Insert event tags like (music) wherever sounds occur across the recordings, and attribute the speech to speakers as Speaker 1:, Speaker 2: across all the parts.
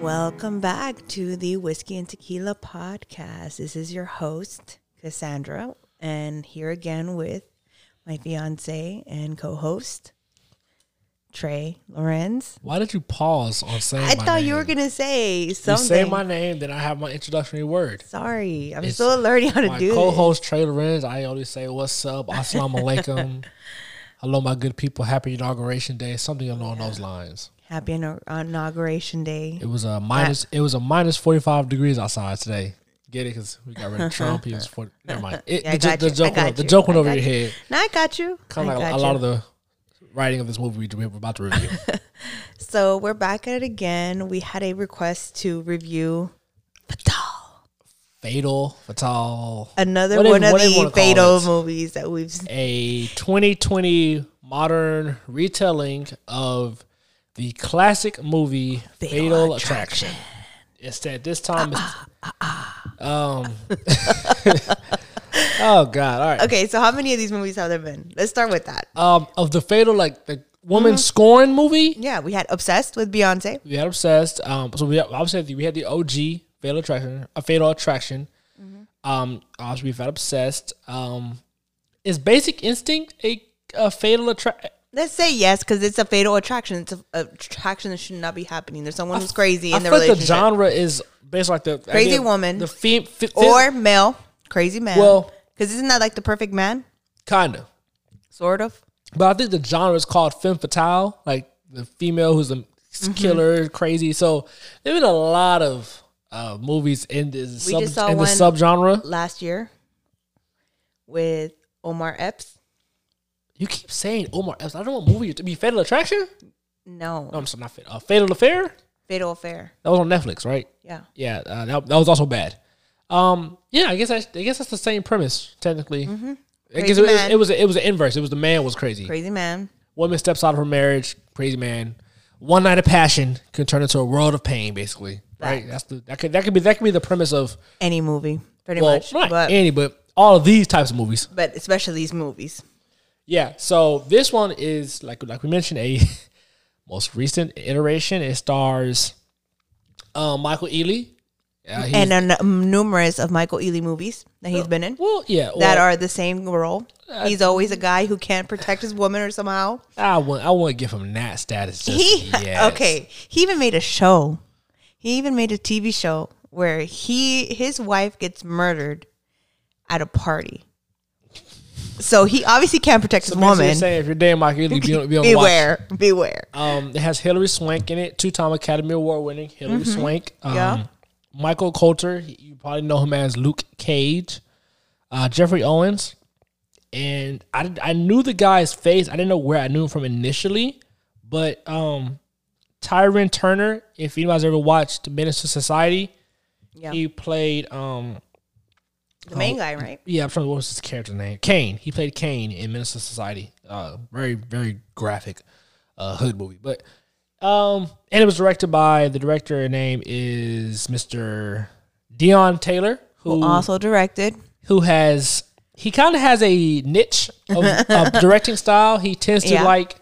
Speaker 1: Welcome back to the Whiskey and Tequila podcast. This is your host, Cassandra, and here again with my fiance and co host, Trey Lorenz.
Speaker 2: Why did you pause on saying?
Speaker 1: I
Speaker 2: my
Speaker 1: thought you
Speaker 2: name?
Speaker 1: were going to say
Speaker 2: You
Speaker 1: something.
Speaker 2: say my name, then I have my introductory word.
Speaker 1: Sorry, I'm
Speaker 2: It's
Speaker 1: still learning how to
Speaker 2: my
Speaker 1: do this.
Speaker 2: co-host Trey Lorenz, I always say, "What's up? Assalamu
Speaker 1: (laughs)
Speaker 2: alaikum." Hello, my good people. Happy inauguration day. Something along those lines.
Speaker 1: Happy inau- inauguration day.
Speaker 2: It was a minus. It was a minus forty-five degrees outside today. Get it? Because we got rid of
Speaker 1: (laughs)
Speaker 2: Trump. He was forty. Never mind. It,
Speaker 1: Yeah, I
Speaker 2: the, jo-
Speaker 1: got
Speaker 2: the
Speaker 1: you. I
Speaker 2: joke.
Speaker 1: got
Speaker 2: Went, the
Speaker 1: you.
Speaker 2: joke went
Speaker 1: I
Speaker 2: over
Speaker 1: got
Speaker 2: your
Speaker 1: you.
Speaker 2: head.
Speaker 1: Now I got you.
Speaker 2: Kind
Speaker 1: I
Speaker 2: of like
Speaker 1: got
Speaker 2: a lot
Speaker 1: you.
Speaker 2: of the writing of this movie we- we're about
Speaker 1: (laughs)
Speaker 2: to review.
Speaker 1: So we're back at it again. We had a request to review Fatal,
Speaker 2: Fatal, fatal.
Speaker 1: another
Speaker 2: What do-
Speaker 1: one of
Speaker 2: what do you
Speaker 1: the
Speaker 2: wanna call
Speaker 1: Fatal
Speaker 2: it?
Speaker 1: movies that we've seen.
Speaker 2: a 2020 modern retelling of the classic movie Fatal, Attraction. Ah, It's that this time. It's, um. (laughs) oh God! All right.
Speaker 1: Okay, so how many of these movies have there been? Let's start with that.
Speaker 2: Um, of the Fatal, like the woman scoring movie,
Speaker 1: Yeah, we had Obsessed with Beyonce.
Speaker 2: we had obsessed. Um, so we had, obviously we had the OG Fatal Attraction, a Fatal Attraction. Um, obviously we've had obsessed. Um, is Basic Instinct a, a Fatal Attraction?
Speaker 1: Let's say yes because it's a fatal attraction. It's a, a attraction that should not be happening. There's someone who's crazy
Speaker 2: I
Speaker 1: in the
Speaker 2: feel like the
Speaker 1: relationship,
Speaker 2: genre is based like the
Speaker 1: Crazy
Speaker 2: idea of
Speaker 1: woman.
Speaker 2: the fem, fi, fi-
Speaker 1: or male crazy man.
Speaker 2: Well-
Speaker 1: because isn't that like the perfect man?
Speaker 2: kind of.
Speaker 1: Sort of.
Speaker 2: But I think the genre is called femme fatale, like the female who's a
Speaker 1: Mm-hmm.
Speaker 2: killer, crazy. So there's been a lot of uh, movies in this
Speaker 1: We
Speaker 2: sub,
Speaker 1: just saw
Speaker 2: in the
Speaker 1: one-
Speaker 2: subgenre.
Speaker 1: Last year with Omar Epps.
Speaker 2: You keep saying Omar Epps. I don't want movie to be Fatal Attraction.
Speaker 1: No,
Speaker 2: No, I'm sorry, not Fatal. Uh, Fatal Affair.
Speaker 1: fatal affair.
Speaker 2: That was on Netflix, right?
Speaker 1: Yeah.
Speaker 2: Yeah, uh, that, that was also bad. Um, yeah, I guess I, I guess that's the same premise technically. I guess
Speaker 1: Mm-hmm. Crazy
Speaker 2: it, was-
Speaker 1: man.
Speaker 2: it was it was the inverse. It was the man was crazy.
Speaker 1: Crazy man.
Speaker 2: woman steps out of her marriage, crazy man. One night of passion can turn into a world of pain, basically. Right? That's the that could that could be that could be the premise of
Speaker 1: Any movie, pretty
Speaker 2: well,
Speaker 1: much.
Speaker 2: not
Speaker 1: But
Speaker 2: any, but all of these types of movies.
Speaker 1: but especially these movies.
Speaker 2: Yeah. So this one is like like we mentioned a (laughs) most recent iteration. It stars uh, Michael Ealy. Uh, he's-
Speaker 1: and a n- numerous of Michael Ealy movies that he's been in
Speaker 2: well, yeah.
Speaker 1: that
Speaker 2: well,
Speaker 1: are the same role. he's always a guy who can't protect his woman or somehow.
Speaker 2: I want I want to give him that status. Just
Speaker 1: He (laughs)
Speaker 2: yet.
Speaker 1: okay. He even made a show. He even made a TV show where he his wife gets murdered at a party. So he obviously can't protect
Speaker 2: So
Speaker 1: his
Speaker 2: basically
Speaker 1: woman. (laughs)
Speaker 2: saying if you're dating Michael Ealy, be on, be on the watch.
Speaker 1: beware, beware.
Speaker 2: Um, it has Hilary Swank in it, two-time Academy Award winning Hilary Swank. Um,
Speaker 1: Mm-hmm. Yeah.
Speaker 2: Michael Coulter, you probably know him as Luke Cage. Uh, Jeffrey Owens, and I did- I knew the guy's face. I didn't know where I knew him from initially, but um, Tyron Turner, if anybody's ever watched Menace to Society,
Speaker 1: Yeah,
Speaker 2: he played um,
Speaker 1: the main guy, right?
Speaker 2: yeah, I'm trying to what was his character name? Kane. He played Kane in Minister Society. Uh, very, very graphic uh, hood movie. But um, and it was directed by the director name is Mr. Dion Taylor, who
Speaker 1: Oh. Also directed.
Speaker 2: who has he kind of has a niche of, of directing style. He tends to
Speaker 1: Yeah.
Speaker 2: like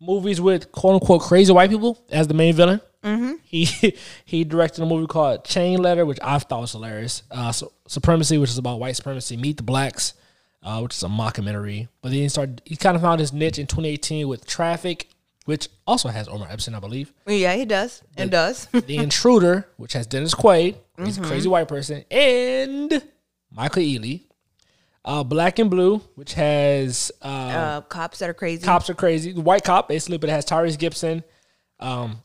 Speaker 2: movies with quote unquote crazy white people as the main villain. Mm-hmm. He (laughs) he directed a movie called Chain Letter, which I thought was hilarious. Uh, Su- Supremacy, which is about white supremacy. Meet the Blacks, uh, which is a mockumentary. But then he started. He kind of found his niche in 2018 with Traffic, which also has Omar Epps, in, I believe.
Speaker 1: Yeah, he does. And does.
Speaker 2: The Intruder, which has Dennis Quaid, he's
Speaker 1: Mm-hmm.
Speaker 2: a crazy white person, and Michael Ealy. Uh, Black and Blue, which has uh,
Speaker 1: Uh, cops that are crazy.
Speaker 2: cops are crazy, the white cop basically, but it has Tyrese Gibson, um,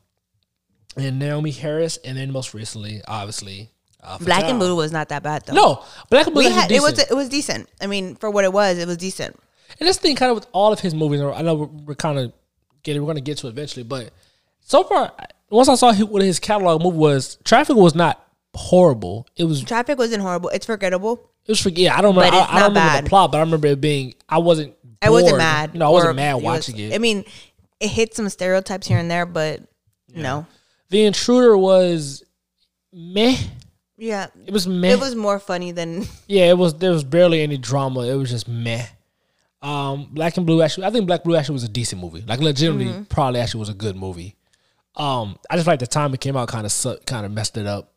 Speaker 2: and Naomi Harris, and then most recently, obviously, uh,
Speaker 1: Black
Speaker 2: Fatal.
Speaker 1: and Blue was not that bad though.
Speaker 2: No, Black and Blue.
Speaker 1: we
Speaker 2: is actually
Speaker 1: had, it was
Speaker 2: decent.
Speaker 1: it was decent. I mean, for what it was, it was decent.
Speaker 2: And this thing kind of with all of his movies, I know we're, we're kind of getting, we're going to get to it eventually, but so far, I- once I saw hi- what his catalog movie was, Traffic was not horrible. It was, it
Speaker 1: Traffic wasn't horrible. It's forgettable.
Speaker 2: was forget. I don't remember.
Speaker 1: But it's
Speaker 2: I, I don't
Speaker 1: not
Speaker 2: remember
Speaker 1: bad.
Speaker 2: the plot, but I remember it being. I wasn't.
Speaker 1: I wasn't
Speaker 2: bored.
Speaker 1: mad.
Speaker 2: You know, I wasn't
Speaker 1: or
Speaker 2: mad
Speaker 1: was-
Speaker 2: watching it.
Speaker 1: I mean, it hit some stereotypes here and there, but no,
Speaker 2: the Intruder was meh.
Speaker 1: yeah,
Speaker 2: It was meh.
Speaker 1: it was more funny than
Speaker 2: yeah, it was. There was barely any drama. It was just meh.
Speaker 1: Mm-hmm.
Speaker 2: Um, Black and Blue actually, I think Black Blue actually was a decent movie. Like legitimately, probably actually was a good movie. Um, I just feel like the time it came out kind of sucked, kind of messed it up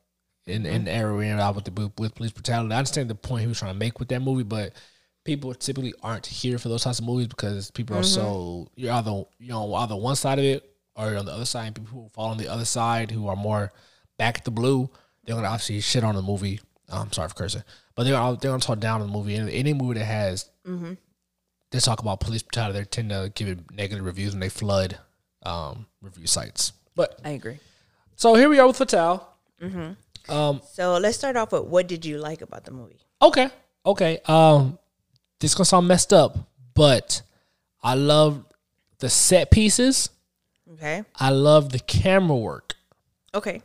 Speaker 2: in in the era we ended up with the bo- with police brutality. I understand the point he was trying to make with that movie, but people typically aren't here for those types of movies because people are so you're either you know either one side of it or you're on the other side. And people who fall on the other side who are more back at the blue, they're gonna obviously shit on the movie. I'm sorry for cursing, but they're gonna- they're gonna talk down on the movie. And any movie that has they talk about police brutality, they tend to give it negative reviews and they flood um, review sites. But
Speaker 1: I agree.
Speaker 2: so here we are with Fatal. Um,
Speaker 1: (laughs) So let's start off with what did you like about the movie?
Speaker 2: okay, okay. Um, this gonna sound messed up, but I love the set pieces.
Speaker 1: Okay.
Speaker 2: I love the camera work,
Speaker 1: Okay.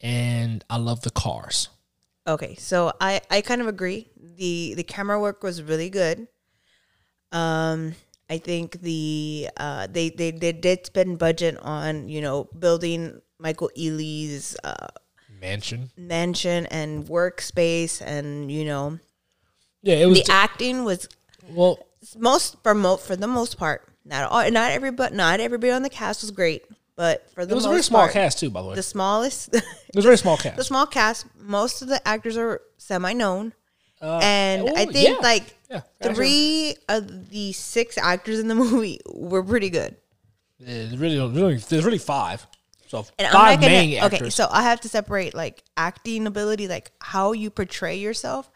Speaker 2: and I love the cars.
Speaker 1: Okay, so I I kind of agree. the The camera work was really good. Um, I think the uh they they they did spend budget on you know building Michael Ealy's uh
Speaker 2: Mansion.
Speaker 1: mansion and workspace, and you know
Speaker 2: Yeah, it was.
Speaker 1: the acting was
Speaker 2: well,
Speaker 1: most for mo- for the most part. Not all, not everybody, not everybody on the cast was great, but for the
Speaker 2: it was a
Speaker 1: most
Speaker 2: very small
Speaker 1: part,
Speaker 2: cast too, by the way.
Speaker 1: The smallest, (laughs)
Speaker 2: it was a very small cast.
Speaker 1: the small cast. Most of the actors are semi known, and
Speaker 2: oh,
Speaker 1: I think
Speaker 2: yeah.
Speaker 1: like
Speaker 2: Yeah, actually-
Speaker 1: three of the six actors in the (laughs) movie were pretty good.
Speaker 2: There's really, really, there's really five. So
Speaker 1: And
Speaker 2: 5
Speaker 1: I'm not
Speaker 2: main
Speaker 1: gonna,
Speaker 2: actors.
Speaker 1: okay, so I have to separate like acting ability, like how you portray yourself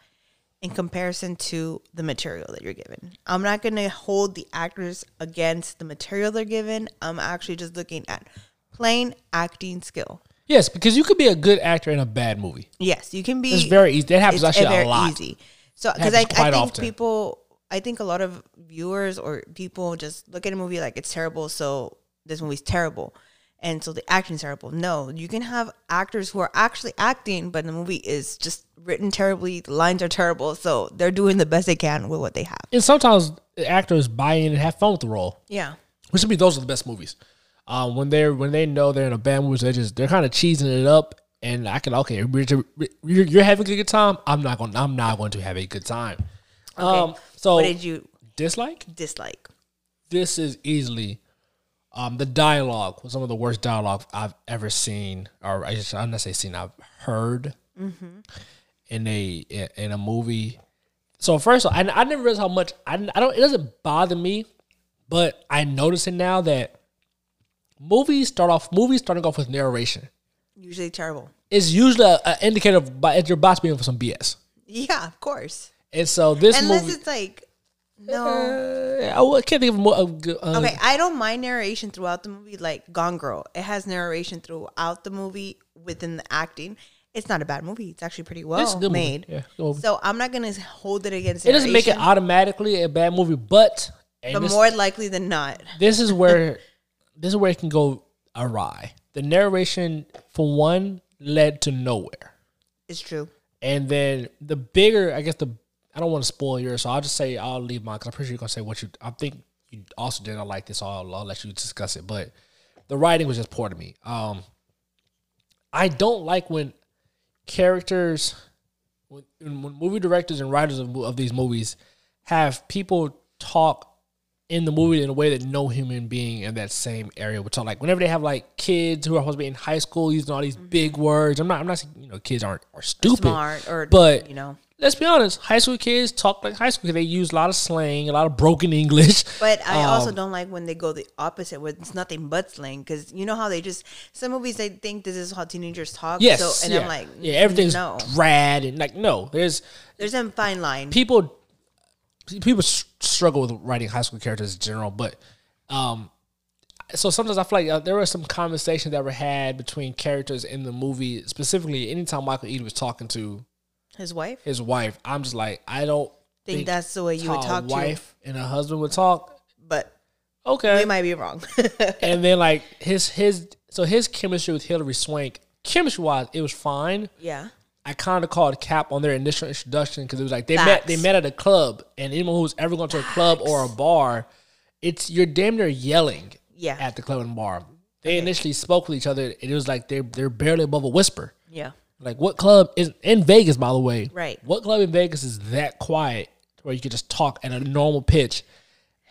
Speaker 1: in comparison to the material that you're given. I'm not gonna hold the actors against the material they're given. I'm actually just looking at plain acting skill.
Speaker 2: Yes, because you could be a good actor in a bad movie.
Speaker 1: Yes, you can be
Speaker 2: It's very easy. That happens
Speaker 1: it's
Speaker 2: actually
Speaker 1: very
Speaker 2: a lot.
Speaker 1: easy. So because
Speaker 2: Happens
Speaker 1: I, I
Speaker 2: quite
Speaker 1: think
Speaker 2: often.
Speaker 1: people, I think a lot of viewers or people just look at a movie like it's terrible, so this movie's terrible, and so the acting's terrible. No, you can have actors who are actually acting, but the movie is just written terribly. The lines are terrible, so they're doing the best they can with what they have.
Speaker 2: And sometimes the actors buy in and have fun with the role.
Speaker 1: Yeah,
Speaker 2: Which would be those are the best movies. Um, when they're when they know they're in a bad movie, they just they're kind of cheesing it up. And I can okay, we're ju- you're, you're having a good time. I'm not going. to I'm not going to have a good time. Um, so
Speaker 1: what did you
Speaker 2: dislike?
Speaker 1: dislike?
Speaker 2: this is easily um, the dialogue was some of the worst dialogue I've ever seen, or I just, I'm not say seen, I've heard Mm-hmm. in a in a movie. So first of all, I, I didn't realize how much I, didn't- I don't. It doesn't bother me, but I notice it now that movies start off movies starting off with narration
Speaker 1: Usually terrible. (laughs)
Speaker 2: is usually an indicator of bo- your boss being for some BS.
Speaker 1: Yeah, of course.
Speaker 2: And so this
Speaker 1: Unless
Speaker 2: movie,
Speaker 1: it's like no.
Speaker 2: uh, I can't think of more. Uh, uh,
Speaker 1: Okay, I don't mind narration throughout the movie, like Gone Girl. It has narration throughout the movie within the acting. It's not a bad movie. It's actually pretty well
Speaker 2: It's a good movie.
Speaker 1: made.
Speaker 2: Yeah, good movie.
Speaker 1: So I'm not gonna hold it against.
Speaker 2: it doesn't make it
Speaker 1: narration,
Speaker 2: automatically a bad movie, but and
Speaker 1: But
Speaker 2: this,
Speaker 1: more likely than not,
Speaker 2: this is where (laughs) this is where it can go awry. The narration, for one, led to nowhere,
Speaker 1: it's true.
Speaker 2: and then the bigger, I guess the I don't want to spoil yours, so I'll just say I'll leave mine because I'm pretty sure you're gonna say what you. I think you also didn't like this, so I'll, I'll let you discuss it. But the writing was just poor to me. Um, I don't like when characters, when, when movie directors and writers of, of these movies have people talk in the movie in a way that no human being in that same area would talk. Like whenever they have like kids who are supposed to be in high school using all these
Speaker 1: Mm-hmm.
Speaker 2: big words. I'm not. I'm not saying you know kids aren't are stupid,
Speaker 1: Smart or
Speaker 2: but
Speaker 1: you know.
Speaker 2: let's be honest. High school kids talk like high school kids. They use a lot of slang, a lot of broken (laughs) English.
Speaker 1: But uh, I
Speaker 2: um,
Speaker 1: also don't like when they go the opposite, where it's nothing but slang. Because you know how they just some movies they think this is how teenagers talk.
Speaker 2: Yes,
Speaker 1: So, and
Speaker 2: yeah.
Speaker 1: I'm like,
Speaker 2: yeah, everything's
Speaker 1: no.
Speaker 2: rad and like no. There's
Speaker 1: There's a fine line.
Speaker 2: people people s- struggle with writing high school characters in general but um so sometimes i feel like uh, there were some conversations that were had between characters in the movie specifically anytime michael eden was talking to
Speaker 1: His wife
Speaker 2: his wife i'm just like i don't
Speaker 1: think, that's the way you would
Speaker 2: how
Speaker 1: talk
Speaker 2: a
Speaker 1: to,
Speaker 2: wife and a husband would talk
Speaker 1: but
Speaker 2: okay
Speaker 1: they might be wrong. (laughs)
Speaker 2: and then like his his so his chemistry with hillary swank chemistry wise it was fine
Speaker 1: yeah.
Speaker 2: I kind of called cap on their initial introduction because it was like they met
Speaker 1: Facts.
Speaker 2: they met at a club, and anyone who's ever gone to a club or a bar, it's you're damn near yelling
Speaker 1: Yeah.
Speaker 2: at the club and bar. They initially spoke with each other, and it was like they're they're barely above a whisper.
Speaker 1: Yeah.
Speaker 2: Like what club is in Vegas, by the way?
Speaker 1: Right.
Speaker 2: What club in Vegas is that quiet where you could just talk at a normal pitch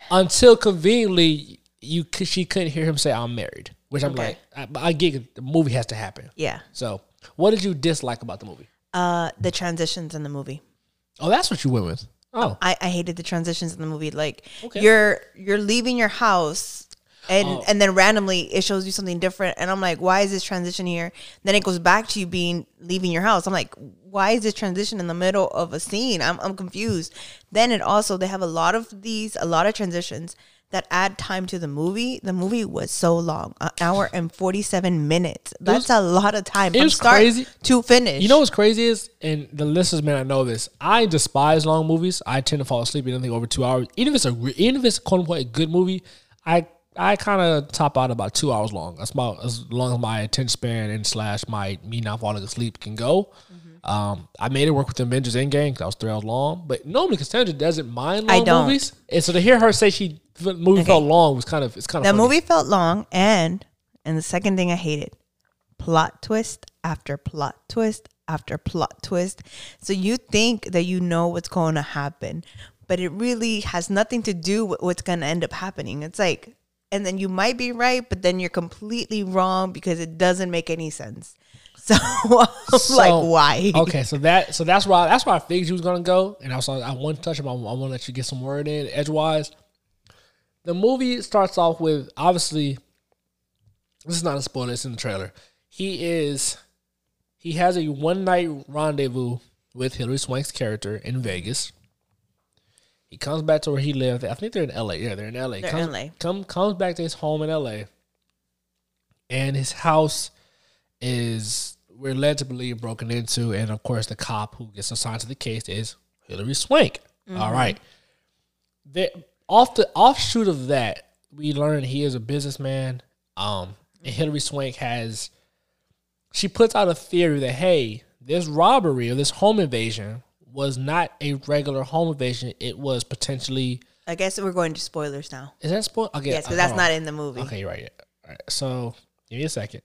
Speaker 2: until conveniently you she couldn't hear him say I'm married. which I'm
Speaker 1: Okay.
Speaker 2: like, I, but I get the movie has to happen.
Speaker 1: Yeah.
Speaker 2: So, what did you dislike about the movie?
Speaker 1: Uh, the transitions in the movie.
Speaker 2: Oh, that's what you went with. Oh,
Speaker 1: I, I hated the transitions in the movie. Like
Speaker 2: Okay. Oh.
Speaker 1: you're you're leaving your house and and then randomly it shows you something different and I'm like, why is this transition here? Then it goes back to you being leaving your house. I'm like, why is this transition in the middle of a scene? I'm I'm confused. Then it also they have a lot of these, a lot of transitions that add time to the movie. The movie was so long, an hour and forty seven minutes. That's a lot of time. from
Speaker 2: was
Speaker 1: start
Speaker 2: crazy.
Speaker 1: to finish.
Speaker 2: you know what's crazy is, and the listeners may not know this. I despise long movies. I tend to fall asleep in anything over two hours. Even if it's a, re- even if it's quote unquote a good movie, I I kind of top out about two hours long. That's about as long as my attention span and slash my me not falling asleep can go.
Speaker 1: Mm-hmm.
Speaker 2: Um, I made it work with Avengers Endgame because I was three hours long. But normally Cassandra doesn't mind
Speaker 1: I
Speaker 2: long
Speaker 1: don't.
Speaker 2: movies, and so to hear her say she the movie felt long was kind of it's kind of
Speaker 1: The
Speaker 2: funny.
Speaker 1: movie felt long, and and the second thing I hated, plot twist after plot twist after plot twist. So you think that you know what's going to happen, but it really has nothing to do with what's going to end up happening. It's like, and then you might be right, but then you're completely wrong because it doesn't make any sense. (laughs) So I'm
Speaker 2: So-
Speaker 1: like, why?
Speaker 2: okay, so that so that's why that's why I figured you was gonna go, and I was like, I want to touch him. I, want to let you get some word in edgewise. The movie starts off with obviously. This is not a spoiler. It's in the trailer. He is, he has a one night rendezvous with Hillary Swank's character in Vegas. He comes back to where he lived. I think they're in L.A. Yeah, they're in L.A.
Speaker 1: They're in
Speaker 2: comes,
Speaker 1: LA.
Speaker 2: Come comes back to his home in L.A. And his house is we're led to believe broken into, and of course the cop who gets assigned to the case is Hillary Swank.
Speaker 1: Mm-hmm.
Speaker 2: All right. There, off the offshoot of that, we learn he is a businessman. Um,
Speaker 1: Mm-hmm.
Speaker 2: and Hillary Swank has she puts out a theory that hey, this robbery or this home invasion was not a regular home invasion. It was potentially
Speaker 1: I guess we're going to spoilers now.
Speaker 2: is that spoil? Okay,
Speaker 1: Yes, because
Speaker 2: uh,
Speaker 1: that's
Speaker 2: hold on.
Speaker 1: not in the movie.
Speaker 2: Okay, you're right. Yeah. All right. So give me a second.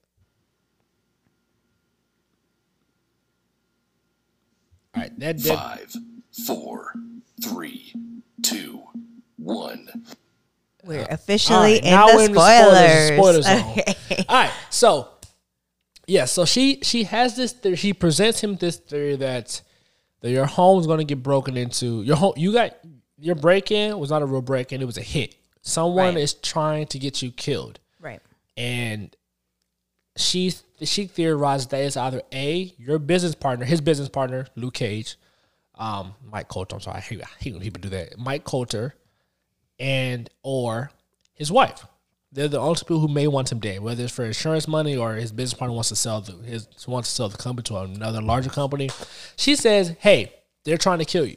Speaker 2: All right, that did.
Speaker 3: Five, four, three, two, one.
Speaker 1: We're officially
Speaker 2: Alright,
Speaker 1: in,
Speaker 2: Uh-huh. now
Speaker 1: the
Speaker 2: we're in the spoilers-
Speaker 1: spoilers. (laughs)
Speaker 2: spoiler zone. Uh,
Speaker 1: Okay.
Speaker 2: All right, so yeah, so she she has this. Theory, she presents him this theory that that your home's going to get broken into. Your home, you got your break in was not a real break in. It was a hit. Someone
Speaker 1: Right.
Speaker 2: is trying to get you killed.
Speaker 1: Right.
Speaker 2: and she she theorized that it's either a your business partner, his business partner, Luke Cage, um, Mike Coulter. I'm sorry, I hate, I hate when people do that. Mike Coulter, and or his wife. They're the only people who may want him dead, whether it's for insurance money or his business partner wants to sell the his wants to sell the company to another larger company. She says, "Hey, they're trying to kill you."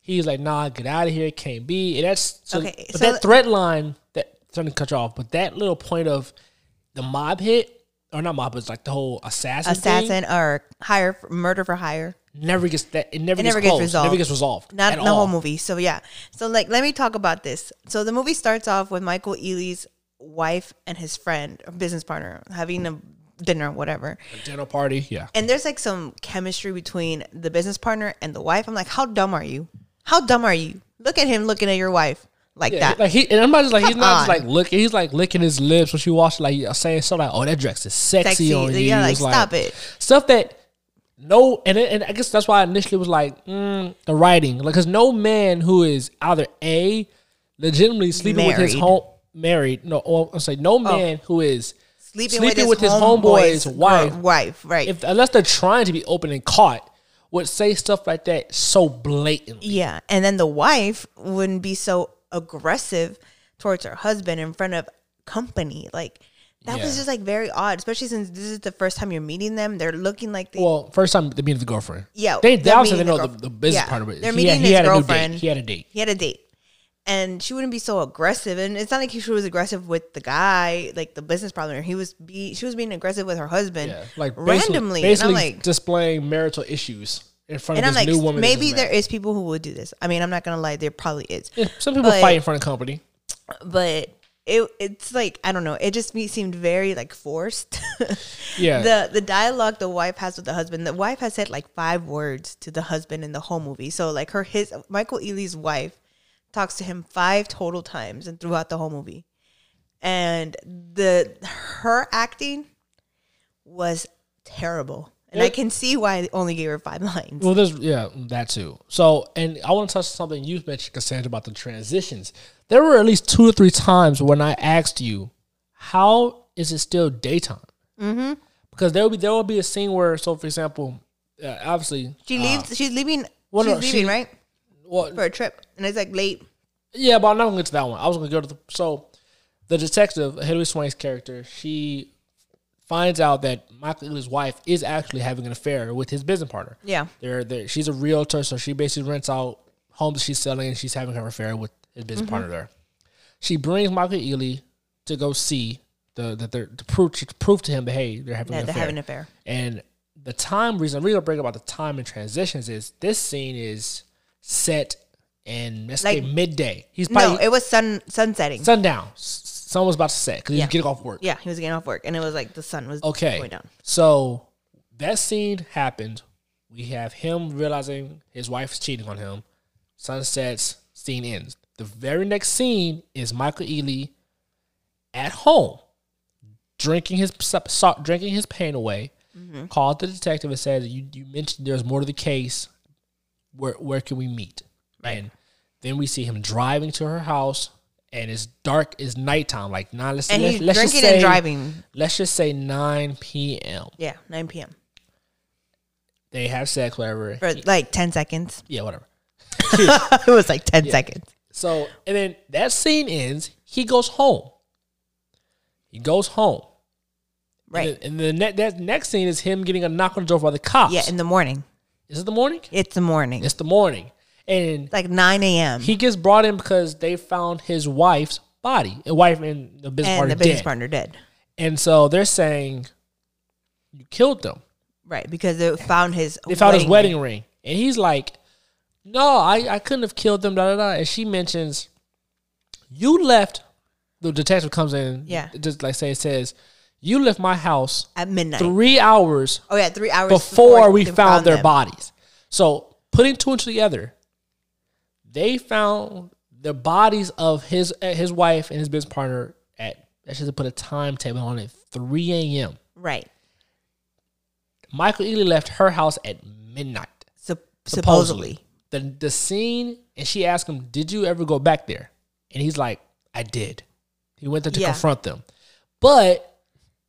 Speaker 2: He's like, "Nah, get out of here. It can't be." And that's so,
Speaker 1: Okay, so
Speaker 2: but that
Speaker 1: let-
Speaker 2: threat line that something cut you off. But that little point of the mob hit or not mob, but it's like the whole assassin assassin
Speaker 1: assassin or hire murder for hire.
Speaker 2: never gets that. It never,
Speaker 1: It
Speaker 2: gets,
Speaker 1: never gets
Speaker 2: closed,
Speaker 1: resolved.
Speaker 2: Never gets resolved.
Speaker 1: Not
Speaker 2: at
Speaker 1: the
Speaker 2: all.
Speaker 1: whole movie. So yeah. So like let me talk about this. So the movie starts off with Michael Ealy's wife and his friend or business partner having a dinner, whatever.
Speaker 2: Dinner party. Yeah.
Speaker 1: And there's like some chemistry between the business partner and the wife. I'm like, how dumb are you? How dumb are you? Look at him looking at your wife like
Speaker 2: Yeah,
Speaker 1: that.
Speaker 2: like he and everybody's like he's
Speaker 1: Come
Speaker 2: not just
Speaker 1: on.
Speaker 2: like looking. He's like licking his lips when she watched like saying stuff like, "Oh, that dress is sexy,
Speaker 1: Sexy.
Speaker 2: on you."
Speaker 1: Yeah, like,
Speaker 2: It's
Speaker 1: stop it.
Speaker 2: Stuff that no, and it- and I guess that's why I initially was like mm, the writing, like because no man who is either a legitimately sleeping with his
Speaker 1: Married. Oh.
Speaker 2: home married, no, or I'm saying no man who is
Speaker 1: Sleeping,
Speaker 2: sleeping with his homeboy's
Speaker 1: gr-
Speaker 2: wife.
Speaker 1: Wife, right.
Speaker 2: if unless they're trying to be open and caught would say stuff like that so blatantly.
Speaker 1: Yeah, and then the wife wouldn't be so aggressive towards her husband in front of company. Like that
Speaker 2: Yeah.
Speaker 1: was just like very odd, especially since this is the first time you're meeting them. They're looking like they
Speaker 2: Well, first time they meet the girlfriend.
Speaker 1: Yeah,
Speaker 2: they
Speaker 1: they're
Speaker 2: that was they
Speaker 1: meeting
Speaker 2: know
Speaker 1: the
Speaker 2: the,
Speaker 1: girlf-
Speaker 2: the business
Speaker 1: Yeah,
Speaker 2: part of it.
Speaker 1: they're
Speaker 2: He
Speaker 1: meeting
Speaker 2: had- he
Speaker 1: his
Speaker 2: had a new date.
Speaker 1: girlfriend.
Speaker 2: He had a date.
Speaker 1: he had a date. And she wouldn't be so aggressive, and it's not like she was aggressive with the guy, like the business partner. He was be she was being aggressive with her husband,
Speaker 2: Yeah, like basically-
Speaker 1: randomly.
Speaker 2: basically,
Speaker 1: and I'm like,
Speaker 2: displaying marital issues in front
Speaker 1: and
Speaker 2: of
Speaker 1: I'm
Speaker 2: this
Speaker 1: like,
Speaker 2: new woman. that
Speaker 1: maybe
Speaker 2: just
Speaker 1: there
Speaker 2: met.
Speaker 1: is people who would do this. I mean, I'm not gonna lie, there probably is.
Speaker 2: Yeah, some people
Speaker 1: but-
Speaker 2: fight in front of company.
Speaker 1: but it it's like I don't know. It just me seemed very like forced. (laughs)
Speaker 2: Yeah,
Speaker 1: the the dialogue the wife has with the husband. The wife has said like five words to the husband in the whole movie. So like her his Michael Ealy's wife talks to him five total times and throughout the whole movie. and the her acting was terrible, and I
Speaker 2: It-
Speaker 1: can see why they only gave her five (laughs) lines.
Speaker 2: Well, there's yeah that too. So, and I want to touch on something you mentioned, Cassandra, about the transitions. There were at least two or three times when I asked you, "How is it still daytime?" Mm-hmm. Because there will be there will be a scene where, so for example, uh, obviously,
Speaker 1: She leaves. she's leaving.
Speaker 2: well,
Speaker 1: she's
Speaker 2: no,
Speaker 1: leaving
Speaker 2: she-
Speaker 1: right
Speaker 2: well,
Speaker 1: for a trip, and it's like late.
Speaker 2: Yeah, but I'm not gonna get to that one. I was gonna go to the so the detective, Hilary Swank's character, she finds out that Michael Ealy's wife is actually having an affair with his business partner.
Speaker 1: Yeah.
Speaker 2: They're, they she's a realtor, so she basically rents out homes she's selling and she's having her affair with his business
Speaker 1: Mm-hmm.
Speaker 2: partner there. She brings Michael Ealy to go see the that they're to prove to prove to him that hey, they're having
Speaker 1: That
Speaker 2: an
Speaker 1: they're
Speaker 2: affair.
Speaker 1: having an affair.
Speaker 2: And the time reason, the reason I bring up about the time and transitions is this scene is set in let's say
Speaker 1: Like-
Speaker 2: midday. He's
Speaker 1: No,
Speaker 2: probably
Speaker 1: it was sun sunsetting.
Speaker 2: sundown. S- Sun was about to set because he was
Speaker 1: Yeah.
Speaker 2: getting off work.
Speaker 1: yeah, he was getting off work, and it was like the sun was
Speaker 2: Okay.
Speaker 1: going down.
Speaker 2: So that scene happened. We have him realizing his wife is cheating on him. Sun sets. Scene ends. The very next scene is Michael Ealy at home, drinking his so- so- drinking his pain away.
Speaker 1: Mm-hmm.
Speaker 2: Calls the detective and says, "You you mentioned there's more to the case. Where where can we meet?" And then we see him driving to her house, and it's dark. It's nighttime, like nine. Let's,
Speaker 1: And
Speaker 2: let's,
Speaker 1: he's
Speaker 2: let's just
Speaker 1: drinking and
Speaker 2: say-
Speaker 1: driving.
Speaker 2: let's just say 9 p.m.
Speaker 1: Yeah, 9 p.m.
Speaker 2: They have sex, whatever.
Speaker 1: for like 10
Speaker 2: (laughs)
Speaker 1: seconds.
Speaker 2: Yeah, whatever.
Speaker 1: it was like 10 seconds.
Speaker 2: So, and then that scene ends. He goes home. He goes home.
Speaker 1: Right.
Speaker 2: And, the, and the ne- that next scene is him getting a knock on the door by the cops.
Speaker 1: yeah, in the morning.
Speaker 2: is it the morning?
Speaker 1: It's the morning. It's
Speaker 2: It's the morning. And
Speaker 1: like 9 a.m.
Speaker 2: he gets brought in because they found his wife's body, a wife and the business
Speaker 1: and
Speaker 2: partner
Speaker 1: the business
Speaker 2: dead.
Speaker 1: partner dead.
Speaker 2: And so they're saying, you killed them.
Speaker 1: Right, because they found his
Speaker 2: they found his wedding ring. And he's like, No, I, I couldn't have killed them, da da da. And she mentions, You left the detective comes in,
Speaker 1: Yeah.
Speaker 2: Just like say it says, You left my house
Speaker 1: at midnight.
Speaker 2: three hours
Speaker 1: oh yeah, 3 hours
Speaker 2: before, we
Speaker 1: they
Speaker 2: found, their
Speaker 1: them.
Speaker 2: bodies. So putting two and two together, they found the bodies of his uh, his wife and his business partner at I should have put a timetable on it, three AM.
Speaker 1: Right.
Speaker 2: Michael Ealy left her house at midnight
Speaker 1: Sup- supposedly.
Speaker 2: supposedly. The the scene, and she asked him, "Did you ever go back there?" And he's like, "I did." He went there to
Speaker 1: Yeah.
Speaker 2: confront them, but